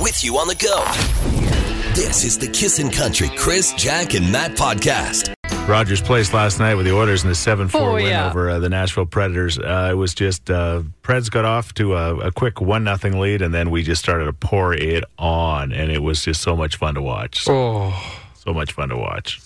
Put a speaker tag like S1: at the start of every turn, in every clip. S1: with you on the go. This is the Kissin' Country Chris, Jack, and Matt podcast.
S2: Rogers Place last night with the Oilers in a 7 4
S3: Oh,
S2: win
S3: yeah.
S2: over uh, the Nashville Predators. Uh, it was just, uh, Preds got off to a, a quick 1 nothing lead, and then we just started to pour it on, and it was just so much fun to watch. So,
S4: Oh,
S2: so much fun to watch.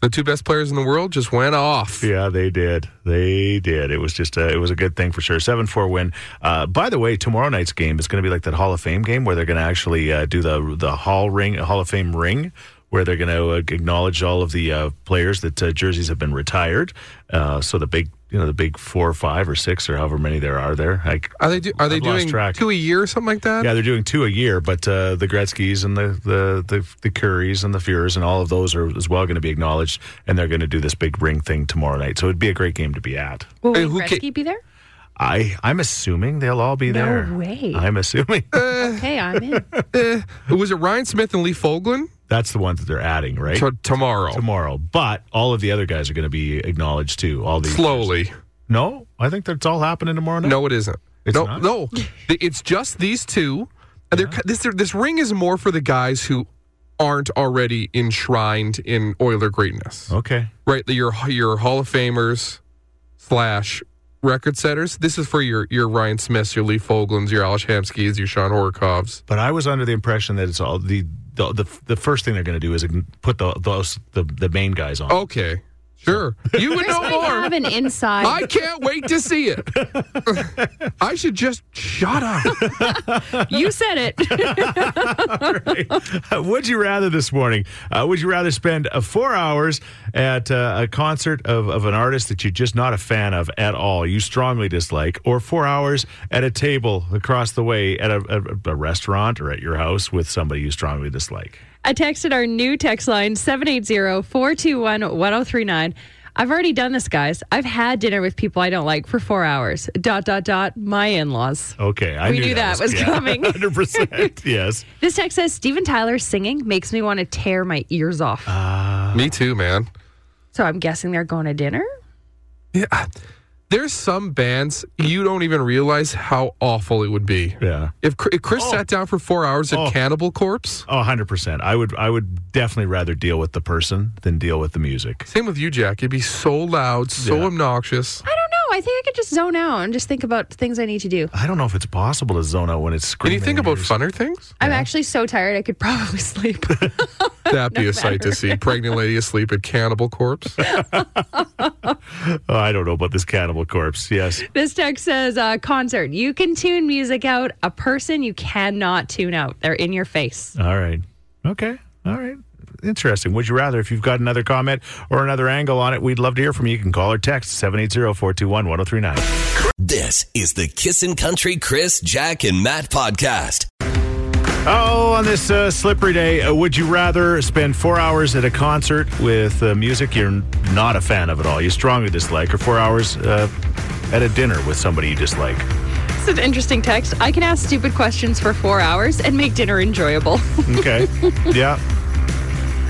S4: the two best players in the world just went off.
S2: Yeah, they did. They did. It was just a, it was a good thing for sure. Seven four win. Uh, by the way, tomorrow night's game is going to be like that Hall of Fame game where they're going to actually uh, do the the Hall ring Hall of Fame ring. Where they're going to uh, acknowledge all of the uh, players that uh, jerseys have been retired, uh, so the big, you know, the big four, or five, or six, or however many there are there. I,
S4: Are they do, are they
S2: I've lost
S4: doing
S2: track.
S4: two a year or something like that?
S2: yeah, they're doing two a year, but uh, the Gretzky's and the the the, the Curries and the Fuhrers and all of those are as well going to be acknowledged, and they're going to do this big ring thing tomorrow night. So it'd be a great game to be at.
S3: Will
S4: Hey,
S3: Wayne
S4: who ca-
S3: Gretzky be there?
S2: I I'm assuming they'll all be
S3: No
S2: there.
S3: way.
S2: I'm assuming
S3: Okay, I'm in.
S4: Was it Ryan Smith and Lee Foglin
S2: that's the ones that they're adding, right?
S4: T- tomorrow?
S2: Tomorrow, but all of the other guys are going to be acknowledged too. All the
S4: Slowly.
S2: No, I think that's all happening tomorrow night.
S4: No, it isn't.
S2: It's
S4: no,
S2: not?
S4: no, Th- it's just these two. And they're, ki- this this ring is more for the guys who aren't already enshrined in Oiler greatness,
S2: Okay.
S4: right? The- Your your Hall of Famers slash record setters. This is for your your Ryan Smiths, your Lee Foglins, your Alish Hamskis, your Sean Horkovs.
S2: But I was under the impression that it's all the the the, the first thing they're going to do is ign- put the those the, the main guys on.
S4: Okay. Sure. You would
S3: Chris
S4: know
S3: might
S4: more.
S3: have an inside.
S4: I can't wait to see it. I should just shut up.
S3: You said it.
S2: Uh, would you rather this morning? Uh, would you rather spend uh, four hours at uh, a concert of, of an artist that you're just not a fan of at all, you strongly dislike, or four hours at a table across the way at a, a, a restaurant or at your house with somebody you strongly dislike?
S3: I texted our new text line 780-421-1039. I've already done this, guys. I've had dinner with people I don't like for four hours. Dot dot dot. My in-laws.
S2: Okay, I
S3: We
S2: knew
S3: knew that was coming.
S2: Hundred percent. Yes.
S3: This text says Steven Tyler singing makes me want to tear my ears off.
S2: Uh.
S4: Me too, man.
S3: so I'm guessing they're going to dinner.
S4: Yeah. There's some bands you don't even realize how awful it would be.
S2: Yeah.
S4: If, Chr- if Chris sat down for four hours at
S2: Oh.
S4: Cannibal Corpse,
S2: Oh, 100%. I would I would definitely rather deal with the person than deal with the music.
S4: same with you, Jack. It'd be so loud, so
S2: Yeah.
S4: obnoxious.
S3: I don't know. I think I could just zone out and just think about things I need to do.
S2: I don't know if it's possible to zone out when it's
S4: Can
S2: screaming.
S4: you think
S2: in your
S4: about funner things?
S3: I'm actually so tired I could probably sleep.
S4: That'd be a sight to see. Pregnant lady asleep at Cannibal Corpse.
S2: Oh, I don't know about this cannibal corpse. Yes.
S3: This text says uh, concert. You can tune music out. A person you cannot tune out. They're in your face.
S2: All right. Okay. All right. Interesting. Would you rather? If you've got another comment or another angle on it, we'd love to hear from you. You can call or text 780 421 1039.
S1: This is the Kissin' Country Chris, Jack, and Matt podcast.
S2: Oh, on this uh, slippery day, uh, would you rather spend four hours at a concert with uh, music you're not a fan of at all, you strongly dislike, or four hours uh, at a dinner with somebody you dislike?
S3: It's an interesting text. I can ask stupid questions for four hours and make dinner enjoyable.
S2: Okay. yeah.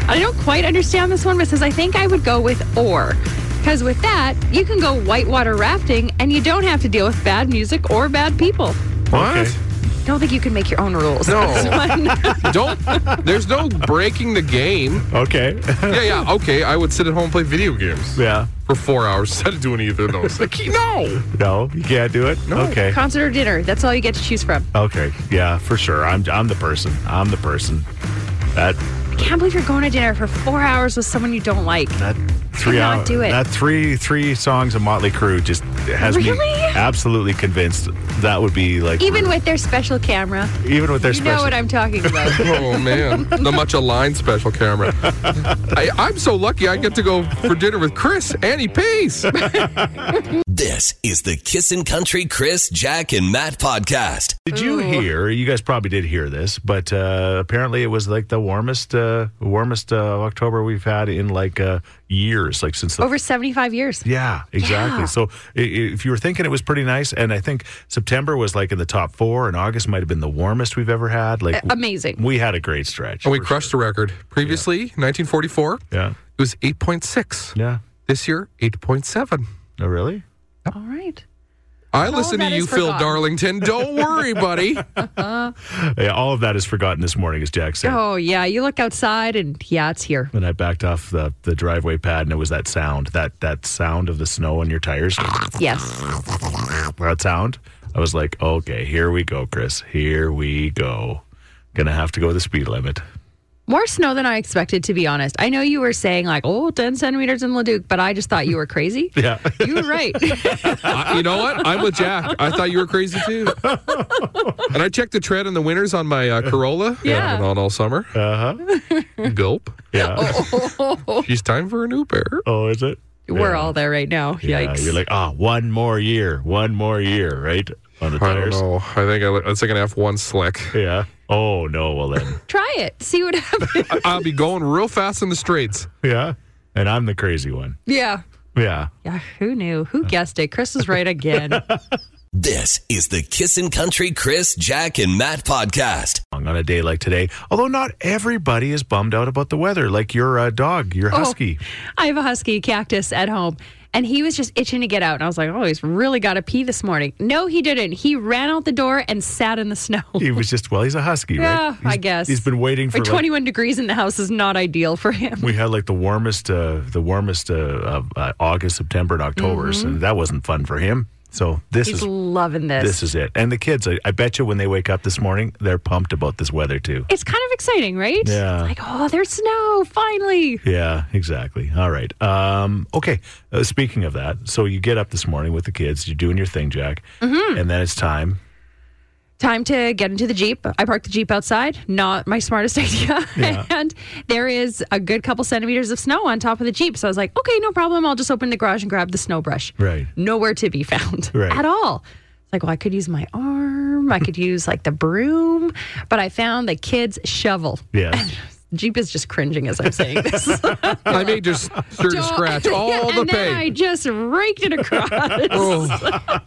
S3: I don't quite understand this one, but it says I think I would go with or. Because with that, you can go whitewater rafting and you don't have to deal with bad music or bad people.
S4: What?
S2: Okay.
S3: I don't think you can make your own rules.
S4: No.
S3: This one.
S4: Don't. There's no breaking the game.
S2: Okay.
S4: Yeah, yeah. Okay, I would sit at home and play video games.
S2: yeah.
S4: for four hours instead of doing either of those. Like, no.
S2: No, you can't do it?
S4: No.
S2: Okay.
S3: Concert or dinner. That's all you get to choose from.
S2: Okay, yeah, for sure. I'm I'm the person. I'm the person. That
S3: I can't believe you're going to dinner for four hours with someone you don't like.
S2: that three
S3: Cannot
S2: hour,
S3: do it.
S2: that three three songs of Motley Crue just has me
S3: Really?
S2: absolutely convinced that would be like
S3: Even
S2: rude.
S3: with their special camera.
S2: even with their
S3: You know
S2: special.
S3: what I'm talking about.
S4: Oh man, the much aligned special camera. I, I'm so lucky I get to go for dinner with Chris, Annie Pace.
S1: This is the Kissin' Country Chris, Jack, and Matt podcast.
S2: did you hear? You guys probably did hear this, but uh, apparently it was like the warmest uh, warmest uh, October we've had in like uh, years, like since the
S3: Over 75 years.
S2: Yeah, exactly.
S3: Oh. Yeah.
S2: So i- i- if you were thinking it was pretty nice, and I think September was like in the top four, and August might have been the warmest we've ever had. Like
S3: Amazing.
S2: we had a great stretch.
S4: And we
S2: for
S4: crushed the record. Previously, 1944, it
S2: sure. Yeah,
S4: was 8.6.
S2: yeah.
S4: This year, 8.7.
S2: Oh, really?
S3: All right.
S4: I
S3: of
S4: listen to
S3: that
S4: you,
S3: is
S4: Phil
S3: forgotten.
S4: Darlington. Don't worry, buddy.
S2: Yeah, all of that is forgotten this morning, as Jack said.
S3: Oh, yeah. You look outside and yeah, it's here.
S2: And I backed off the, the driveway pad, and it was that sound that that sound of the snow on your tires.
S3: Yes.
S2: that sound. I was like, okay, here we go, Chris. Here we go. Gonna have to go the speed limit.
S3: More snow than I expected, to be honest. I know you were saying like, oh, 10 centimeters in Leduc, but I just thought you were crazy.
S2: Yeah.
S3: You were right.
S4: I- you know what? I'm with Jack. I thought you were crazy too. and I checked the tread in the winters on my uh, Corolla.
S3: Yeah.
S4: And on all summer. Uh huh. Gulp.
S2: Yeah. Oh,
S4: She's time for an Uber.
S2: is it?
S3: We're
S2: Yeah.
S3: all there right now.
S2: Yeah,
S3: Yikes.
S2: you're like, ah, one more year, one more year, right? On the
S4: I don't
S2: tires.
S4: know. I think I, I think I have one slick.
S2: Yeah. Oh no. Well then.
S3: Try it. See what happens.
S4: I- I'll be going real fast in the streets.
S2: yeah. And I'm the crazy one.
S3: yeah.
S2: Yeah.
S3: Yeah. Who knew?
S2: Uh.
S3: Who guessed it? Chris is right again.
S1: This is the Kissin' Country Chris, Jack, and Matt podcast.
S2: On a day like today, although not everybody is bummed out about the weather, like your uh, dog,
S3: Oh.
S2: your husky.
S3: I have a husky cactus at home. And he was just itching to get out. And I was like, oh, he's really got to pee this morning. No, he didn't. He ran out the door and sat in the snow.
S2: He was just well, he's a husky,
S3: Yeah,
S2: right?
S3: I
S2: He's-
S3: guess.
S2: he's been waiting for
S3: Like
S2: like,
S3: 21 degrees in the house is not ideal for him.
S2: we had like the warmest, uh, the warmest uh, of uh, August, September, and October, so that wasn't fun for him. So this
S3: Mm-hmm. He's
S2: is
S3: loving this.
S2: this is it. And the kids, I, I bet you, when they wake up this morning, they're pumped about this weather too.
S3: It's kind of exciting, right?
S2: Yeah.
S3: It's like, oh, there's snow finally.
S2: Yeah, exactly. All right. Um, okay. Uh, speaking of that, so you get up this morning with the kids, you're doing your thing, Jack,
S3: Mm-hmm.
S2: and then it's time.
S3: Time to get into the Jeep. I parked the Jeep outside. Not my smartest idea. and there is a good couple centimeters of snow on top of the Jeep. So I was like, okay, no problem. I'll just open the garage and grab the snow brush.
S2: Right.
S3: Nowhere to be found
S2: Right.
S3: at all. It's like, well, I could use my arm. I could use like the broom. But I found the kids' shovel.
S2: Yes.
S3: Jeep is just cringing as I'm saying this.
S4: I made just sure to scratch all
S3: and
S4: the
S3: then I
S4: pain.
S3: just raked it across.
S4: Oh,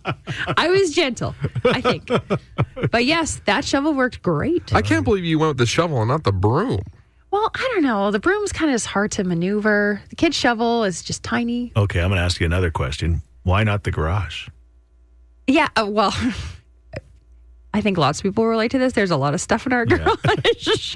S3: I was gentle, I think. But yes, that shovel worked great.
S4: I can't believe you went with the shovel and not the broom.
S3: Well, I don't know. The broom's kind of hard to maneuver. The kid's shovel is just tiny.
S2: Okay, I'm going to ask you another question. Why not the garage?
S3: Yeah, uh, well, I think lots of people relate to this. There's a lot of stuff in our garage.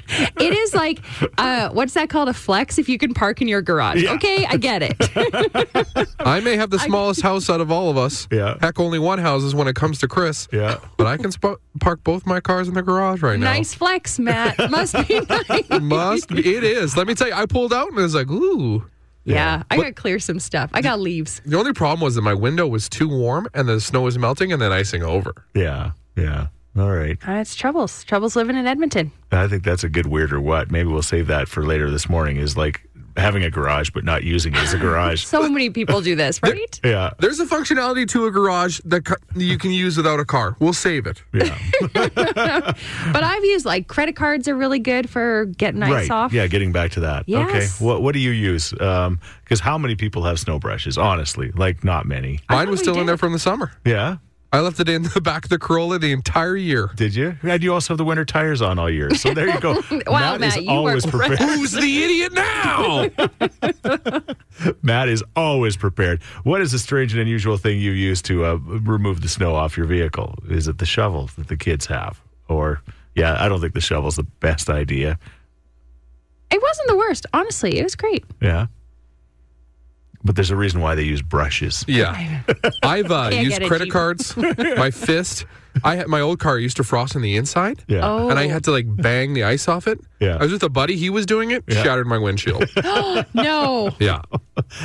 S3: it is like, uh, what's that called? A flex if you can park in your garage. Okay, I get it.
S4: I may have the smallest house out of all of us.
S2: Yeah.
S4: Heck, only one houses when it comes to Chris.
S2: Yeah.
S4: But I can sp- park both my cars in the garage right now.
S3: nice flex, Matt. Must be nice.
S4: Must be. It is. Let me tell you, I pulled out and I was like, ooh.
S3: Yeah, I got to clear some stuff. I got leaves.
S4: The only problem was that my window was too warm and the snow was melting and then icing over.
S2: Yeah, yeah. All right.
S3: Uh, it's troubles. Troubles living in Edmonton.
S2: I think that's a good weird or what. Maybe we'll save that for later this morning is like having a garage but not using it as a garage.
S3: So many people do this, right?
S2: yeah.
S4: There's a functionality to a garage that ca- you can use without a car. We'll save it.
S2: Yeah.
S3: But I've used like credit cards are really good for getting ice
S2: right.
S3: off.
S2: Yeah, getting back to that.
S3: Yes.
S2: Okay. What what do you use? Um cuz how many people have snow brushes honestly? Like not many.
S4: Mine
S3: thought
S4: was
S3: we
S4: still in
S3: did.
S4: there from the summer.
S2: Yeah.
S4: I left it in the back of the Corolla the entire year.
S2: Did you? And you also have the winter tires on all year. So there you go.
S3: Wow,
S2: is
S3: Matt, you
S2: always
S3: were
S2: prepared.
S4: Who's the idiot now?
S2: Matt is always prepared. What is the strange and unusual thing you use to uh, remove the snow off your vehicle? Is it the shovel that the kids have? Or, yeah, I don't think the shovel's the best idea.
S3: It wasn't the worst, honestly. It was great.
S2: Yeah. But there's a reason why they use brushes.
S4: Yeah. I've uh,
S3: Can't
S4: used
S3: get a
S4: credit
S3: Jeep.
S4: cards, my fist. I had, My old car used to frost on the inside.
S2: Yeah.
S3: Oh,
S4: And I had to like bang the ice off it.
S2: Yeah.
S4: I was with a buddy. He was doing it.
S2: Yeah.
S4: Shattered my windshield.
S3: no.
S4: yeah.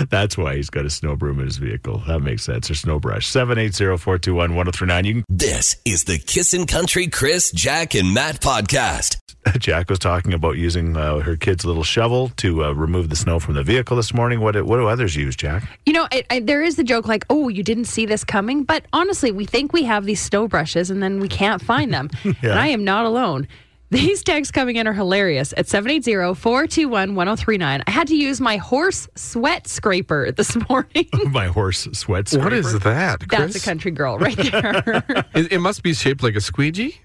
S2: That's why he's got a snow broom in his vehicle. That makes sense. Or snow brush. 780 421 1039. You can
S1: This is the Kissin' Country Chris, Jack, and Matt podcast.
S2: Jack was talking about using uh, her kid's little shovel to uh, remove the snow from the vehicle this morning. What, what do others use, Jack?
S3: You know, it, I, there is the joke like, oh, you didn't see this coming. But honestly, we think we have these snow brushes and then we can't find them. And I am not alone. These texts coming in are hilarious at 780 421 1039. I had to use my horse sweat scraper this morning.
S2: My horse sweats.
S4: What is that, Chris?
S3: That's a country girl right there.
S4: It, it must be shaped like a squeegee.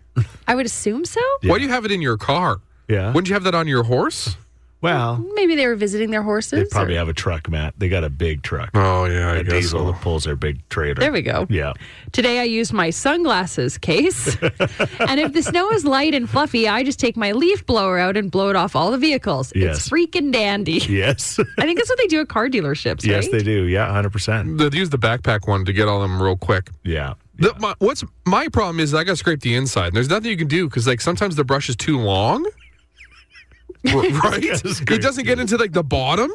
S3: I would assume so.
S4: Why do you have it in your car?
S2: Yeah.
S4: Wouldn't you have that on your horse?
S2: Well,
S3: Maybe they were visiting their horses.
S2: they
S3: or-
S2: probably have a truck, Matt. They got a big truck.
S4: Oh yeah, I
S2: a
S4: guess
S2: diesel
S4: so.
S2: that pulls their big trailer.
S3: There we go.
S2: Yeah.
S3: Today I used my sunglasses case. and if the snow is light and fluffy, I just take my leaf blower out and blow it off all the vehicles.
S2: Yes.
S3: It's freaking dandy.
S2: Yes.
S3: I think that's what they do at car dealerships,
S2: yes,
S3: right?
S2: they do. Yeah, hundred percent.
S4: They'd use the backpack one to get all them real quick.
S2: Yeah.
S4: The, my, what's my problem is I got to scrape the inside. And there's nothing you can do because like sometimes the brush is too long, R- right?
S2: Yes,
S4: it doesn't get into like the bottom,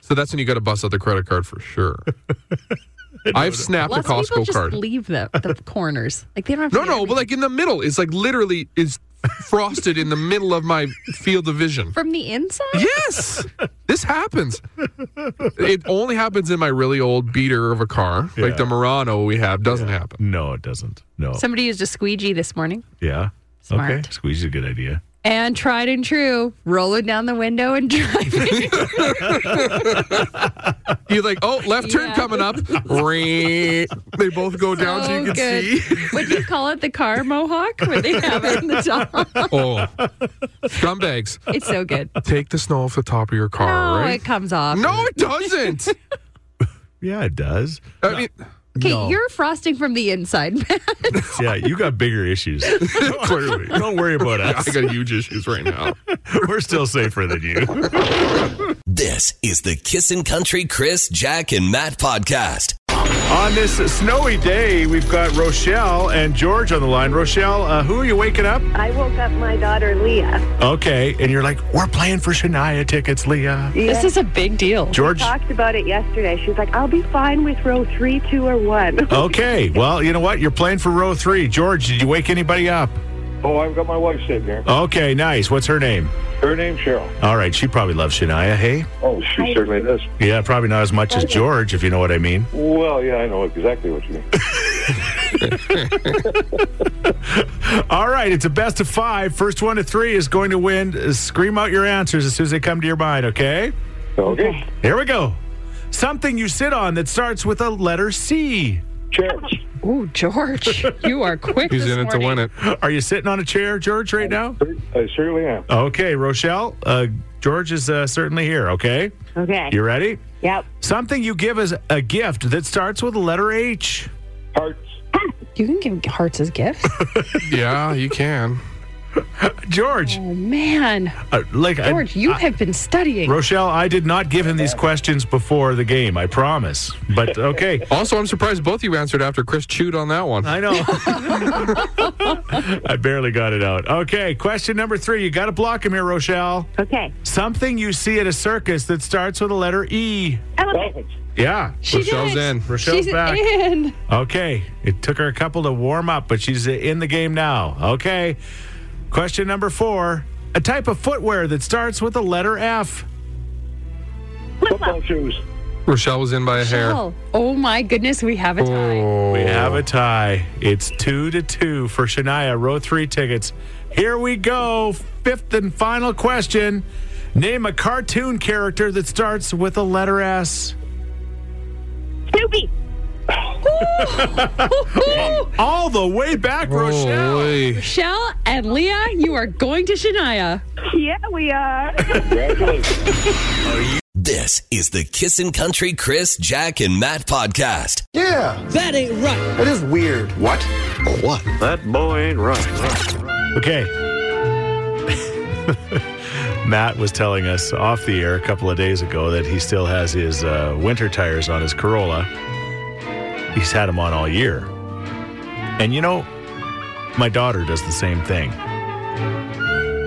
S4: so that's when you got to bust out the credit card for sure. I've snapped
S3: Lots
S4: a
S3: of people
S4: Costco
S3: just
S4: card.
S3: leave the, the corners. Like they don't have to
S4: No,
S3: get
S4: no,
S3: everything.
S4: but like in the middle, it's like literally is frosted in the middle of my field of vision.
S3: from the inside?
S4: Yes, this happens. It only happens in my really old beater of a car,
S2: Yeah.
S4: like the Murano we have. Doesn't happen.
S2: No, it doesn't. No.
S3: Somebody used a squeegee this morning.
S2: yeah.
S3: Smart.
S2: Okay. Squeeze is a good idea.
S3: And tried and true, rolling down the window and driving.
S4: You're like, oh, left turn
S3: Yeah.
S4: coming up. Ring. they both go down so,
S3: So
S4: you can
S3: Oh, good.
S4: see.
S3: Would you call it the car mohawk when they have it in the top?
S4: Oh, scumbags!
S3: It's so good.
S4: Take the snow off the top of your car,
S3: No,
S4: right?
S3: it comes off.
S4: no, it doesn't.
S2: Yeah, it does.
S4: I mean,
S3: Okay,
S2: No.
S3: you're frosting from the inside.
S2: Yeah, you got bigger issues.
S4: clearly,
S2: Don't worry about
S4: I
S2: us.
S4: got huge issues right now.
S2: We're still safer than you.
S1: This is the Kissin' Country Chris, Jack, and Matt podcast.
S2: On this snowy day, we've got Rochelle and George on the line. Rochelle, uh, who are you waking up?
S5: I woke up my daughter Leah.
S2: Okay, and you're like, we're playing for Shania tickets, Leah.
S5: Yes.
S3: is a big deal.
S2: George.
S5: Talked about it yesterday. She's like, I'll be fine with row three, two, or one.
S2: Okay, well, you know what? You're playing for row three. George, did you wake anybody up?
S6: Oh, I've got my wife sitting here.
S2: Okay, nice. What's her name?
S6: Her name's Cheryl.
S2: All right, she probably loves Shania, hey?
S6: Oh, she certainly does.
S2: Yeah, probably not as much as George, if you know what I mean.
S6: Well, yeah, I know exactly what you mean.
S2: All right, it's a best of five. First one to three is going to win. Uh, Scream out your answers as soon as they come to your mind, okay?
S6: Okay.
S2: Here we go. Something you sit on that starts with a letter C.
S6: Chairs.
S3: Oh, George, you are quick.
S4: He's
S3: this
S4: in it to
S3: morning.
S4: win it.
S2: Are you sitting on a chair, George, right now?
S6: I certainly am.
S2: Okay, Rochelle, uh, George is uh, certainly here, okay?
S5: Okay.
S2: You ready?
S5: Yep.
S2: Something you give as a gift that starts with the letter H.
S6: Hearts.
S3: You can give hearts as gifts.
S4: Yeah, you can.
S2: George,
S3: Oh man,
S2: uh, like I-
S3: George, you have been studying.
S2: Rochelle, I did not give him these questions before the game, I promise. But okay.
S4: Also, I'm surprised both you answered after Chris chewed on that one.
S2: I know. I barely got it out. Okay, question number three. You got to block him here, Rochelle.
S5: Okay.
S2: Something you see at a circus that starts with the letter E.
S5: Elephant.
S6: Elephants.
S2: Yeah.
S3: She did
S4: Rochelle's
S3: it.
S4: in.
S2: Rochelle's
S3: She's
S2: back.
S3: in.
S2: Okay. It took her a couple to warm up, but she's in the game now. Okay. Question number four. A type of footwear that starts with the letter F.
S6: Football shoes.
S4: Rochelle was in by a hair.
S3: Rochelle. Oh my goodness, we have a tie.
S4: Oh.
S2: We have a tie. It's two to two for Shania. Row three tickets. Here we go. Fifth and final question. Name a cartoon character that starts with a letter S.
S5: Snoopy.
S3: Ooh,
S2: All the way back, Rochelle.
S4: Oy.
S3: Rochelle and Leah, you are going to Shania.
S5: Yeah, we are.
S6: Congratulations.
S1: This is the Kissin' Country Chris, Jack, and Matt podcast.
S7: Yeah,
S8: That ain't right.
S7: that is weird. What? What?
S6: that boy ain't right.
S2: Okay. Matt was telling us off the air a couple of days ago that he still has his uh, winter tires on his Corolla. He's had them on all year. And you know, my daughter does the same thing.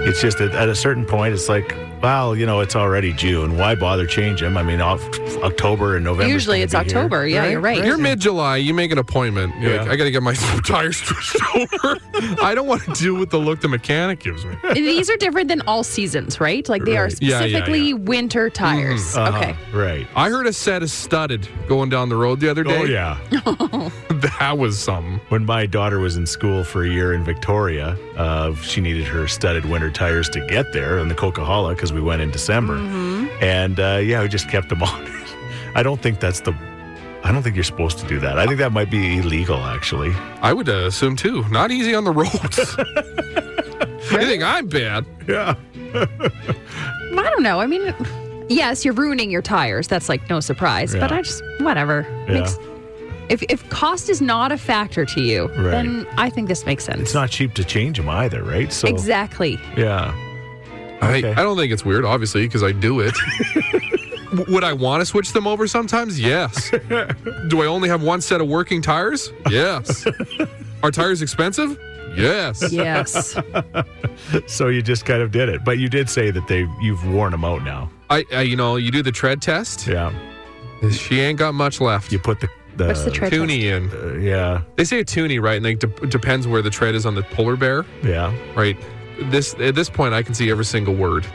S2: It's just that at a certain point, it's like, well, you know, it's already June. Why bother change them? I mean, off, October and November.
S3: Usually it's October. Yeah, you're right.
S4: You're mid July. You make an appointment. You're like,
S2: Yeah.
S4: I got to get my tires switched over. I don't want to deal with the look the mechanic gives me.
S3: These are different than all seasons, right? Like they are
S2: Right.
S4: Yeah, yeah, yeah. Mm-hmm. Uh-huh.
S3: specifically winter tires. Okay.
S2: Right.
S4: I heard a set is studded going down the road the other day.
S2: Oh, yeah.
S4: That was something.
S2: When my daughter was in school for a year in Victoria, uh, she needed her studded winter tires to get there in the Coca-Cola because we went in December,
S3: Mm-hmm.
S2: and uh, yeah, we just kept them on. I don't think that's the. I don't think you're supposed to do that. I think that might be illegal, actually.
S4: I would uh, assume too. Not easy on the roads. You think I'm bad?
S2: Yeah.
S3: I don't know. I mean, yes, you're ruining your tires. That's like no surprise. But
S2: Yeah.
S3: I just whatever.
S2: Yeah.
S3: Makes, if if cost is not a factor to you,
S2: Right.
S3: then I think this makes sense.
S2: It's not cheap to change them either, right? So
S3: exactly.
S2: yeah.
S4: I,
S2: Okay.
S4: I don't think it's weird, obviously, because I do it. W- Would I want to switch them over sometimes? Yes. do I only have one set of working tires? Yes. Are tires expensive? Yes.
S3: Yes.
S2: So you just kind of did it, but you did say that they you've worn them out now.
S4: I, I, you know, you do the tread test.
S2: Yeah.
S4: She ain't got much left.
S2: You put the the,
S3: What's the tread test?
S4: Toonie in.
S2: uh, yeah
S4: They say a toonie, right? And like de- depends where the tread is on the polar bear,
S2: yeah.
S4: right? This at this point, I can see every single word.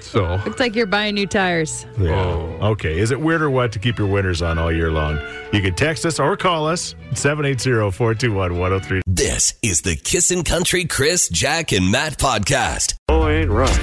S4: so
S3: Looks like you're buying new tires.
S2: Yeah.
S4: Oh.
S2: Okay. Is it weird or what to keep your winners on all year long? You can text us or call us 780 421 103.
S1: This is the Kissin' Country Chris, Jack, and Matt podcast.
S9: Boy, right.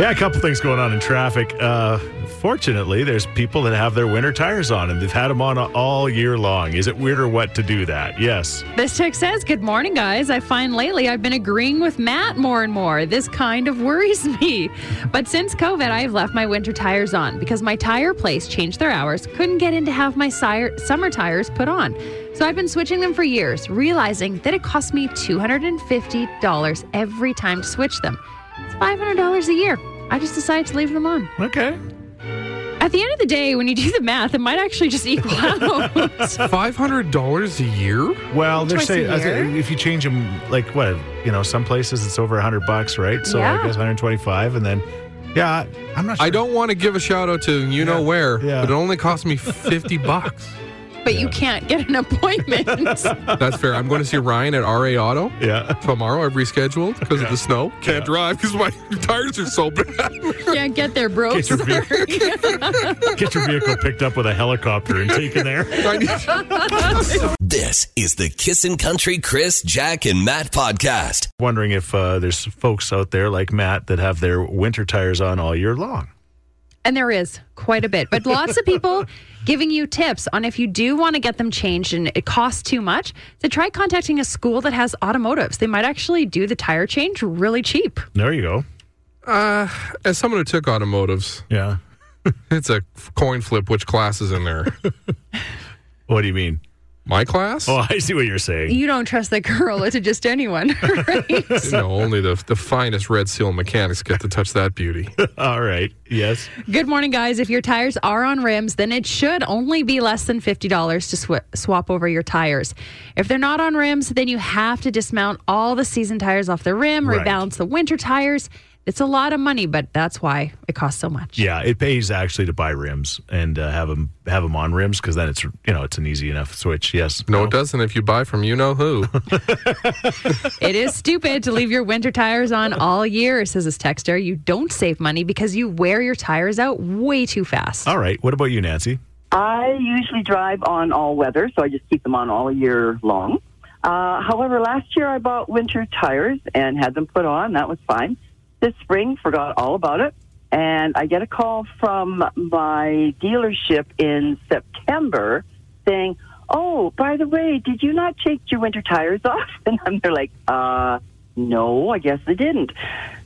S2: Yeah, a couple things going on in traffic. Uh, fortunately, there's people that have their winter tires on and they've had them on all year long. Is it weird or what to do that? Yes.
S3: This text says, Good morning, guys. I find lately I've been agreeing with Matt more and more. This kind of worries me. But since COVID, I've left my winter tires on because my tire place changed their hours, couldn't get in to have my sire- summer tires put on. So I've been switching them for years, realizing that it costs me $250 every time to switch them. It's $500 a year. I just decided to leave them on.
S2: Okay.
S3: At the end of the day, when you do the math, it might actually just equal out.
S4: five hundred dollars a year.
S2: Well, they're
S3: Twice a
S2: saying I
S3: year?
S2: think if you change them, like what, you know, some places it's over 100 bucks, right? So I
S3: Yeah.
S2: guess 125. And then, yeah, I'm not sure.
S4: I don't want to give a shout out to you know where,
S2: yeah.
S4: but it only cost me fifty bucks.
S3: but you can't get an appointment.
S4: That's fair. I'm going to see Ryan at RA Auto
S2: Yeah.
S4: tomorrow. I've rescheduled because of the snow. Can't drive because my tires are so bad.
S3: Can't get there, bro.
S2: Get your beer.
S3: Sorry.
S2: Get your vehicle picked up with a helicopter and taken there.
S4: I need-
S1: This is the Kissin' Country Chris, Jack, and Matt podcast.
S2: Wondering if uh, there's folks out there like Matt that have their winter tires on all year long.
S3: And there is quite a bit, but lots of people giving you tips on if you do want to get them changed and it costs too much, to try contacting a school that has automotives. They might actually do the tire change really cheap.
S2: There you go.
S4: As someone who took automotives,
S2: Yeah.
S4: it's a coin flip which class is in there.
S2: What do you mean?
S4: My class?
S2: Oh, I see what you're saying.
S3: You don't trust the Corolla to just anyone, right?
S4: No, only the the finest red seal mechanics get to touch that beauty.
S2: All right. Yes.
S3: Good morning, guys. If your tires are on rims, then it should only be less than $50 to sw- swap over your tires. If they're not on rims, then you have to dismount all the season tires off the rim,
S2: Right.
S3: rebalance the winter tires. It's a lot of money, but that's why it costs so much.
S2: Yeah, it pays actually to buy rims and uh, have them have 'em on rims because then it's you know it's an easy enough switch. Yes.
S4: No, it doesn't if you buy from you know who.
S3: It is stupid to leave your winter tires on all year, says this texter. You don't save money because you wear your tires out way too fast.
S2: All right. What about you, Nancy?
S10: I usually drive on all weather, so I just keep them on all year long. Uh, however, last year I bought winter tires and had them put on. That was fine. This spring, forgot all about it. And I get a call from my dealership in September saying, Oh, by the way, did you not take your winter tires off? And I'm they're like, uh, no, I guess I didn't.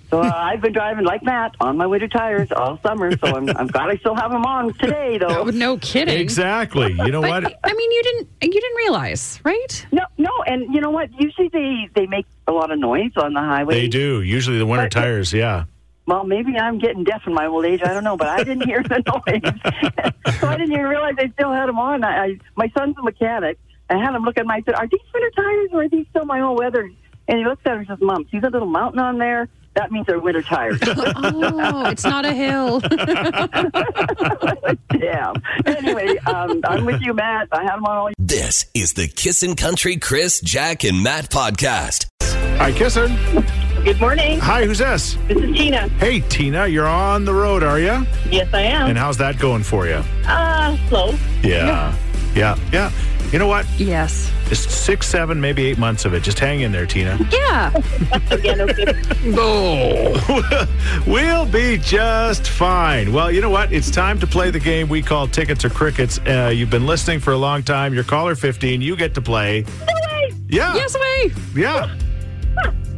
S10: So uh, I've been driving like Matt on my winter tires all summer. So I'm, I'm glad I still have them on today, though.
S3: No kidding.
S2: Exactly. You know
S3: But,
S2: what?
S3: I mean, you didn't you didn't realize, right?
S10: No, no, and you know what? Usually they they make a lot of noise on the highway.
S2: They do usually the winter tires. Yeah.
S10: Well, maybe I'm getting deaf in my old age. I don't know, but I didn't hear the noise, so I didn't even realize I still had them on. I, I my son's a mechanic. I had him look at my. I said, "Are these winter tires or are these still my old weather?" And he looked at her and says, "Mom, see that little mountain on there? That means they're winter tires."
S3: Oh, it's not a hill.
S10: Damn. Anyway, um, I'm with you, Matt. I had them on all
S1: This is the Kissin' Country Chris, Jack, and Matt podcast.
S2: Hi, Kissin.
S11: Good morning.
S2: Hi, who's this?
S11: This is Tina.
S2: Hey, Tina. You're on the road, are you?
S11: Yes, I am.
S2: And how's that going for you?
S11: Uh, slow.
S2: Yeah. Yeah. Yeah. You know what?
S3: yes.
S2: Just six, seven, maybe eight months of it. Just hang in there, Tina.
S3: Yeah.
S11: Again, okay.
S4: No.
S2: We'll be just fine. Well, you know what? It's time to play the game we call Tickets or Crickets. Uh, you've been listening for a long time. You're caller 15. You get to play. Yeah.
S3: Yes way.
S2: Yeah.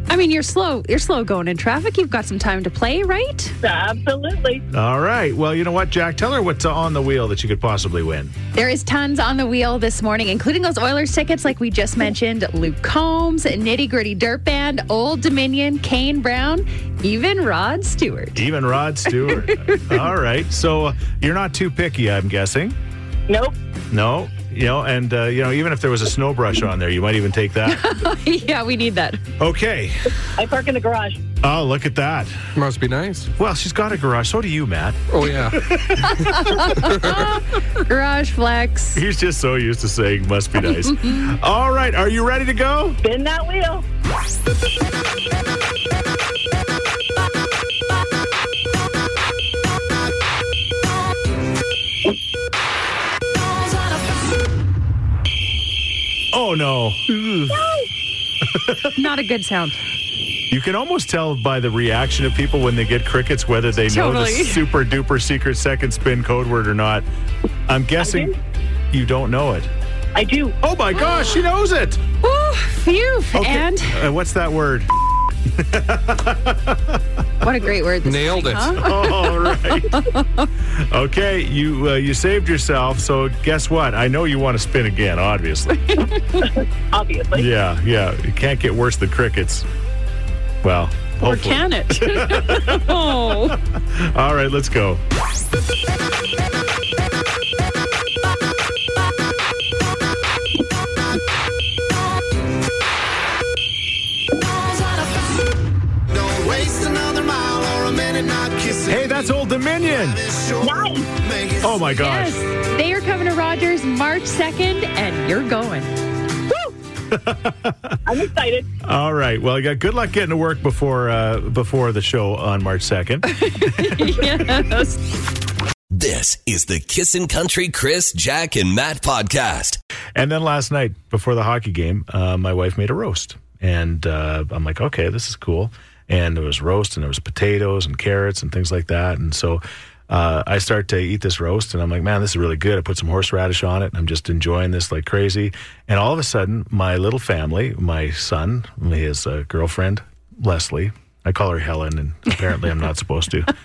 S3: I mean, you're slow. You're slow going in traffic. You've got some time to play, right?
S10: Absolutely.
S2: All right. Well, you know what, Jack? Tell her what's on the wheel that you could possibly win.
S3: There is tons on the wheel this morning, including those Oilers tickets, like we just mentioned. Luke Combs, Nitty Gritty Dirt Band, Old Dominion, Kane Brown, even Rod Stewart.
S2: Even Rod Stewart. All right. So uh, you're not too picky, I'm guessing.
S10: Nope.
S2: No. You know, and uh, you know, even if there was a snow brush on there, you might even take that.
S3: yeah, we need that.
S2: Okay.
S10: I park in the garage.
S2: Oh, look at that.
S4: Must be nice.
S2: Well, she's got a garage. So do you, Matt.
S4: Oh yeah.
S3: Garage flex.
S2: He's just so used to saying "must be nice." All right. Are you ready to go?
S10: Spin that wheel.
S2: Oh no.
S3: Not a good sound.
S2: You can almost tell by the reaction of people when they get crickets whether they know the
S3: Totally.
S2: super duper secret second spin code word or not. I'm guessing you don't know it.
S10: I do.
S2: Oh my gosh, she knows it.
S3: Woo, phew. And
S2: Uh, what's that word?
S3: what a great word. This
S4: Nailed it.
S3: morning, huh?
S2: All right. Okay, you uh, you saved yourself. So guess what? I know you want to spin again, obviously.
S10: Obviously.
S2: yeah, yeah. It can't get worse than crickets. Well,
S3: Or
S2: hopefully.
S3: can it? oh.
S2: All right, let's go.
S7: Don't waste another mile or a minute not kissing.
S2: Hey, that's Old Dominion. Oh my gosh.
S3: Yes. They are coming to Rogers March 2nd, and you're going.
S10: I'm excited.
S2: All right. Well, you got good luck getting to work before uh, before the show on March second.
S3: yes.
S1: This is the Kissin' Country Chris, Jack, and Matt podcast.
S2: and then last night before the hockey game, uh, my wife made a roast, and uh, I'm like, okay, this is cool. And there was roast, and there was potatoes and carrots and things like that. And so uh, I start to eat this roast, and I'm like, man, this is really good. I put some horseradish on it, and I'm just enjoying this like crazy. And all of a sudden, my little family, my son, his uh, girlfriend Leslie, I call her Helen, and apparently I'm not supposed to.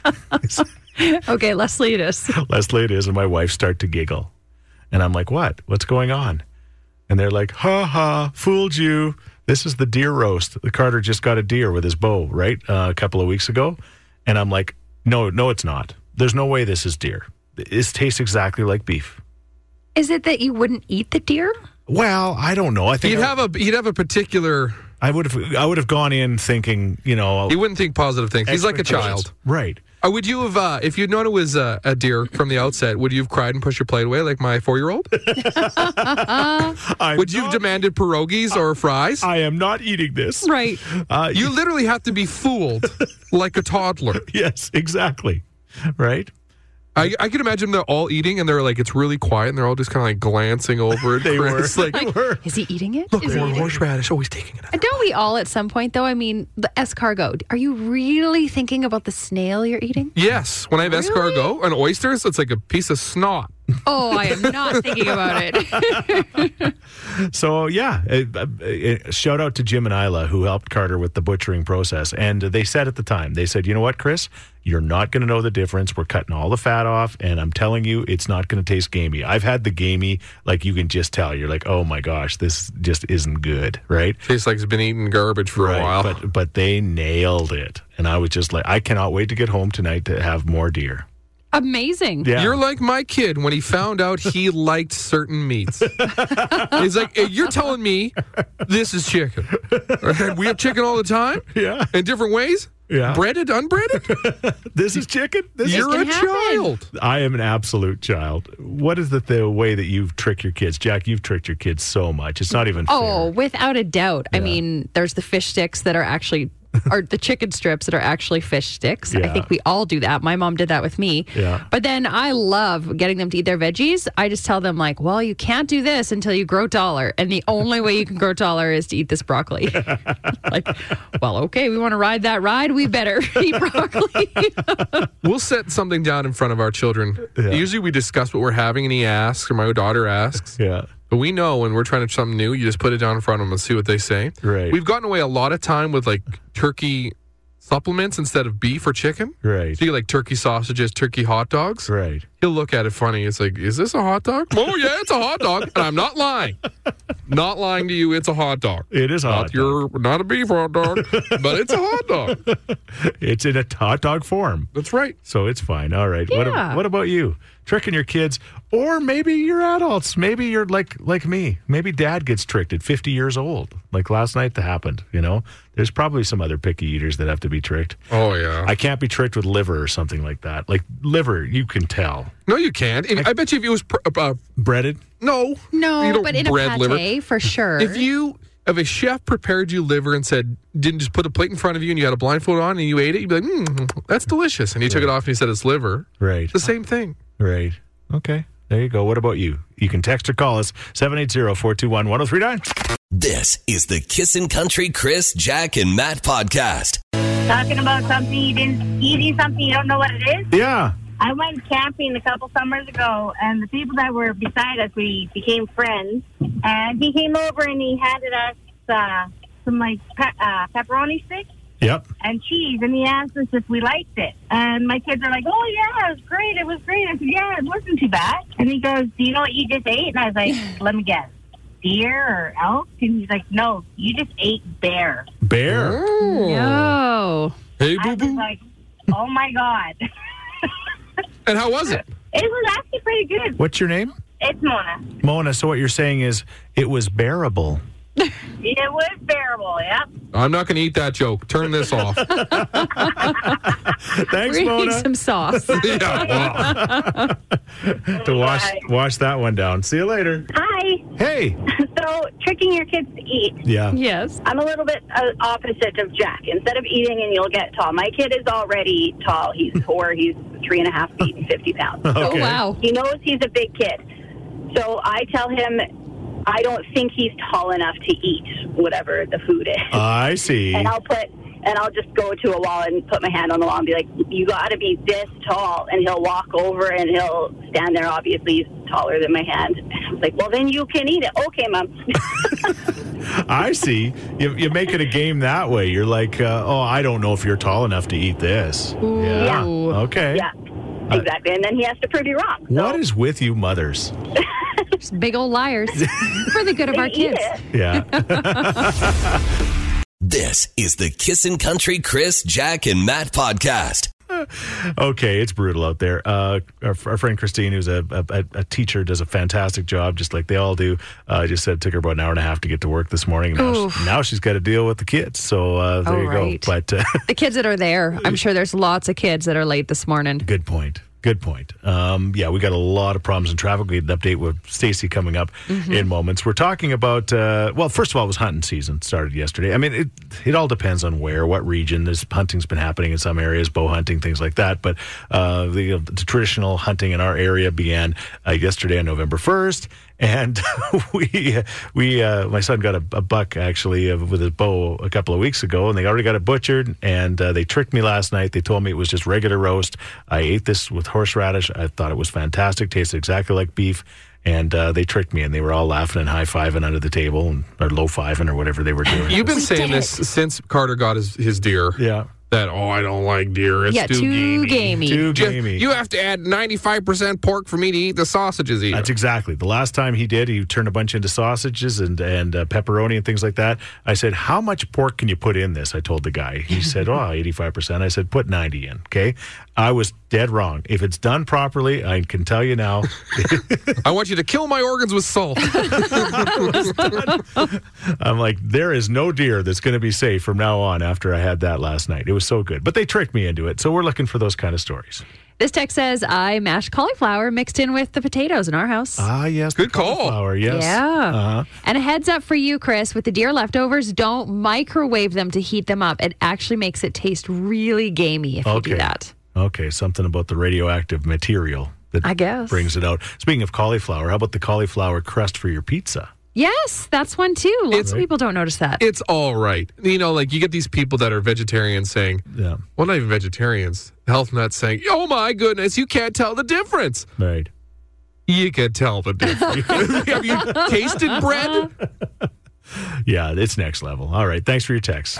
S3: Okay, Leslie, it is.
S2: Leslie it is, and my wife start to giggle. And I'm like, what? What's going on? And they're like, ha ha, fooled you. This is the deer roast. The Carter just got a deer with his bow, right? Uh, a couple of weeks ago. And I'm like, no, no, it's not. There's no way this is deer. This tastes exactly like beef.
S3: Is it that you wouldn't eat the deer?
S2: Well, I don't know. I think
S4: He'd
S2: I,
S4: have a he'd have a particular.
S2: I would have I would have gone in thinking, you know,
S4: He wouldn't think positive things. He's like a
S2: expectations.
S4: child.
S2: Right.
S4: Uh, would you have uh, if you'd known it was uh, a deer from the outset? Would you have cried and pushed your plate away like my four year old?
S2: I'm
S4: Would you have
S2: not-
S4: demanded pierogies or fries?
S2: I am not eating this.
S3: Right.
S2: Uh,
S4: You literally have to be fooled like a toddler.
S2: yes, exactly. Right?
S4: I, I can imagine they're all eating and they're like it's really quiet and they're all just kind of like glancing over at
S2: They were.
S4: Chris. Like,
S2: They were.
S3: Is he eating it?
S4: look,
S3: Is he
S4: more
S3: eating-
S4: horseradish. Oh, he's taking it out.
S3: And Don't we all at some point, though? I mean, the escargot. Are you really thinking about the snail you're eating?
S4: Yes, when I have
S3: Really?
S4: escargot and oysters, it's like a piece of snot.
S3: Oh, I am not thinking about it.
S2: So yeah, uh, uh, shout out to Jim and Isla who helped Carter with the butchering process, and they said at the time they said, you know what, Chris, you're not going to know the difference. We're cutting all the fat off, and I'm telling you, it's not going to taste gamey. I've had the gamey, like you can just tell. You're like, oh my gosh, this just isn't good, right?
S4: Tastes like it's been eating garbage for a while.
S2: But but they nailed it, and I was just like, I cannot wait to get home tonight to have more deer.
S3: Amazing.
S2: Yeah,
S4: You're like my kid when he found out he liked certain meats. He's like, "Hey, you're telling me this is chicken. we have chicken all the time
S2: yeah.
S4: in different ways.
S2: Yeah.
S4: Breaded, unbreaded.
S2: This is chicken. This is
S4: You're a
S3: can happen.
S4: child.
S2: I am an absolute child. What is the, the way that you've tricked your kids? Jack, you've tricked your kids so much. It's not even
S3: Oh,
S2: fair.
S3: without a doubt. I mean, there's the fish sticks that are actually, or the chicken strips that are actually fish sticks.
S2: Yeah.
S3: I think we all do that. My mom did that with me.
S2: Yeah.
S3: But then I love getting them to eat their veggies. I just tell them, like, well, you can't do this until you grow taller. And the only way you can grow taller is to eat this broccoli. like, well, okay, we want to ride that ride. We better eat broccoli.
S4: We'll set something down in front of our children. Usually we discuss what we're having, and he asks, or my daughter asks,
S2: Yeah.
S4: But we know when we're trying to something new, you just put it down in front of them and see what they say.
S2: Right.
S4: We've gotten away a lot of time with like turkey supplements instead of beef or chicken.
S2: Right.
S4: So you get, like turkey sausages, turkey hot dogs.
S2: Right.
S4: He'll look at it funny. It's like, is this a hot dog? oh yeah, it's a hot dog, and I'm not lying. Not lying to you, it's a hot dog.
S2: It is a hot
S4: not your not a beef hot dog, but it's a hot dog.
S2: It's in a hot dog form.
S4: That's right.
S2: So it's fine. All right. What,
S3: Yeah.
S2: ab- what about you? Tricking your kids, or maybe you're adults. Maybe you're like like me. Maybe dad gets tricked at 50 years old, like last night that happened. You know, there's probably some other picky eaters that have to be tricked.
S4: Oh yeah.
S2: I can't be tricked with liver or something like that. Like liver, you can tell.
S4: no, you can't. And I, bet you if it was pr- uh,
S2: Breaded,
S4: no, you
S3: No,
S4: don't
S3: but in a
S4: bread
S3: pate
S4: liver.
S3: for sure.
S4: If you if a chef prepared you liver and said didn't just put a plate in front of you and you had a blindfold on and you ate it, you'd be like, mm, that's delicious. And he took it off and he said it's liver.
S2: right?
S4: It's the same thing.
S2: Right. Okay. There you go. What about you? You can text or call us 780-421-1039.
S1: This is the Kissin' Country Chris, Jack, and Matt podcast.
S10: Talking about something you didn't, eating something you don't know what it is.
S2: Yeah.
S10: I went camping a couple summers ago, and the people that were beside us, we became friends. And he came over and he handed us uh, some like pe- uh, pepperoni sticks
S2: Yep.
S10: and cheese, and he asked us if we liked it. And my kids are like, "Oh yeah, it was great. It was great." I said, "Yeah, it wasn't too bad." And he goes, "Do you know what you just ate?" And I was like, "Let me guess." Deer or elk? And he's like, no, you just ate bear.
S2: Bear.
S3: no.
S4: Oh. Hey,
S10: I
S4: boo
S10: was
S4: boo.
S10: like, oh my God.
S4: And how was it?
S10: it was actually pretty good.
S2: What's your name?
S10: It's Mona.
S2: Mona, so what you're saying is it was bearable.
S10: It was bearable, yeah.
S4: I'm not going to eat that joke. Turn this off.
S2: Thanks,
S3: We're eating
S2: Mona.
S3: some sauce.
S4: yeah. wow.
S2: to wash wash that one down. See you later.
S10: Hi.
S2: Hey.
S10: So, tricking your kids to eat.
S2: Yeah.
S3: yes.
S10: I'm a little bit uh, opposite of Jack. Instead of eating and you'll get tall, my kid is already tall. He's four, he's three and a half feet and 50 pounds.
S3: Oh,
S2: Okay.
S3: wow.
S10: He knows he's a big kid. So, I tell him I don't think he's tall enough to eat whatever the food is.
S2: I see.
S10: and I'll put and I'll just go to a wall and put my hand on the wall and be like, "You got to be this tall." And he'll walk over and he'll stand there. Obviously, he's taller than my hand. And I was like, "Well, then you can eat it." Okay, mom.
S2: I see. You, you make it a game that way. You're like, uh, oh, I don't know if you're tall enough to eat this.
S3: Ooh.
S2: Yeah.
S3: Yeah.
S2: Okay.
S10: yeah, exactly. And then he has to prove you wrong. So
S2: What is with you mothers?
S3: Just big old liars for the good of
S10: they
S3: our
S10: eat
S3: kids.
S10: it.
S2: Yeah.
S1: This is the Kissin' Country Chris, Jack, and Matt podcast.
S2: Okay, it's brutal out there. Uh, our, our friend Christine, who's a, a, a teacher, does a fantastic job, just like they all do. Uh, just said it took her about an hour and a half to get to work this morning. Now, she,
S3: Oof.
S2: now she's got to deal with the kids. So uh, there
S3: Oh,
S2: you
S3: right.
S2: go. But uh,
S3: The kids that are there, I'm sure there's lots of kids that are late this morning.
S2: good point. Good point. Um, yeah, we got a lot of problems in traffic. We had an update with Stacy coming up in moments. We're talking about uh, well, first of all, it was hunting season started yesterday. I mean, it it all depends on where, what region. This hunting's been happening in some areas, bow hunting, things like that. But uh, the, the traditional hunting in our area began uh, yesterday on November first, and we we uh, my son got a, a buck actually uh, with his bow a couple of weeks ago, and they already got it butchered, and uh, they tricked me last night. They told me it was just regular roast. I ate this with horseradish. I thought it was fantastic. Tasted exactly like beef. And uh, they tricked me, and they were all laughing and high fiving under the table, and, or low fiving, or whatever they were doing.
S4: You've been saying this since Carter got his, his deer.
S2: yeah,
S4: That, oh, I don't like deer. It's
S3: yeah,
S4: too,
S3: too gamey.
S4: gamey.
S2: too
S4: Just-
S2: gamey.
S4: You have to add 95% pork for me to eat the sausages either.
S2: That's exactly the last time he did. He turned a bunch into sausages and and uh, pepperoni and things like that. I said, "How much pork can you put in this?" I told the guy. He said, "Oh, 85 percent." I said, "Put 90 in." Okay, I was dead wrong. If it's done properly, I can tell you now,
S4: I want you to kill my organs with salt.
S2: I'm like, there is no deer that's going to be safe from now on. After I had that last night, it was so good. But they tricked me into it. So we're looking for those kind of stories.
S3: This text says, I mashed cauliflower mixed in with the potatoes in our house.
S2: Ah, yes,
S4: Good
S2: the
S4: call.
S2: cauliflower, Yes,
S3: Yeah.
S2: Uh-huh.
S3: And a heads up for you, Chris, with the deer leftovers, don't microwave them to heat them up. It actually makes it taste really gamey if you
S2: Okay.
S3: do that.
S2: Okay, something about the radioactive material that
S3: I guess.
S2: brings it out. Speaking of cauliflower, how about the cauliflower crust for your pizza?
S3: Yes, that's one too. Lots of people don't notice that.
S4: it's all right. You know, like you get these people that are vegetarians saying,
S2: Yeah,
S4: well, not even vegetarians, health nuts saying, oh my goodness, you can't tell the difference.
S2: right.
S4: you could tell the difference. Have you tasted bread?
S2: Yeah, it's next level. All right. Thanks for your text.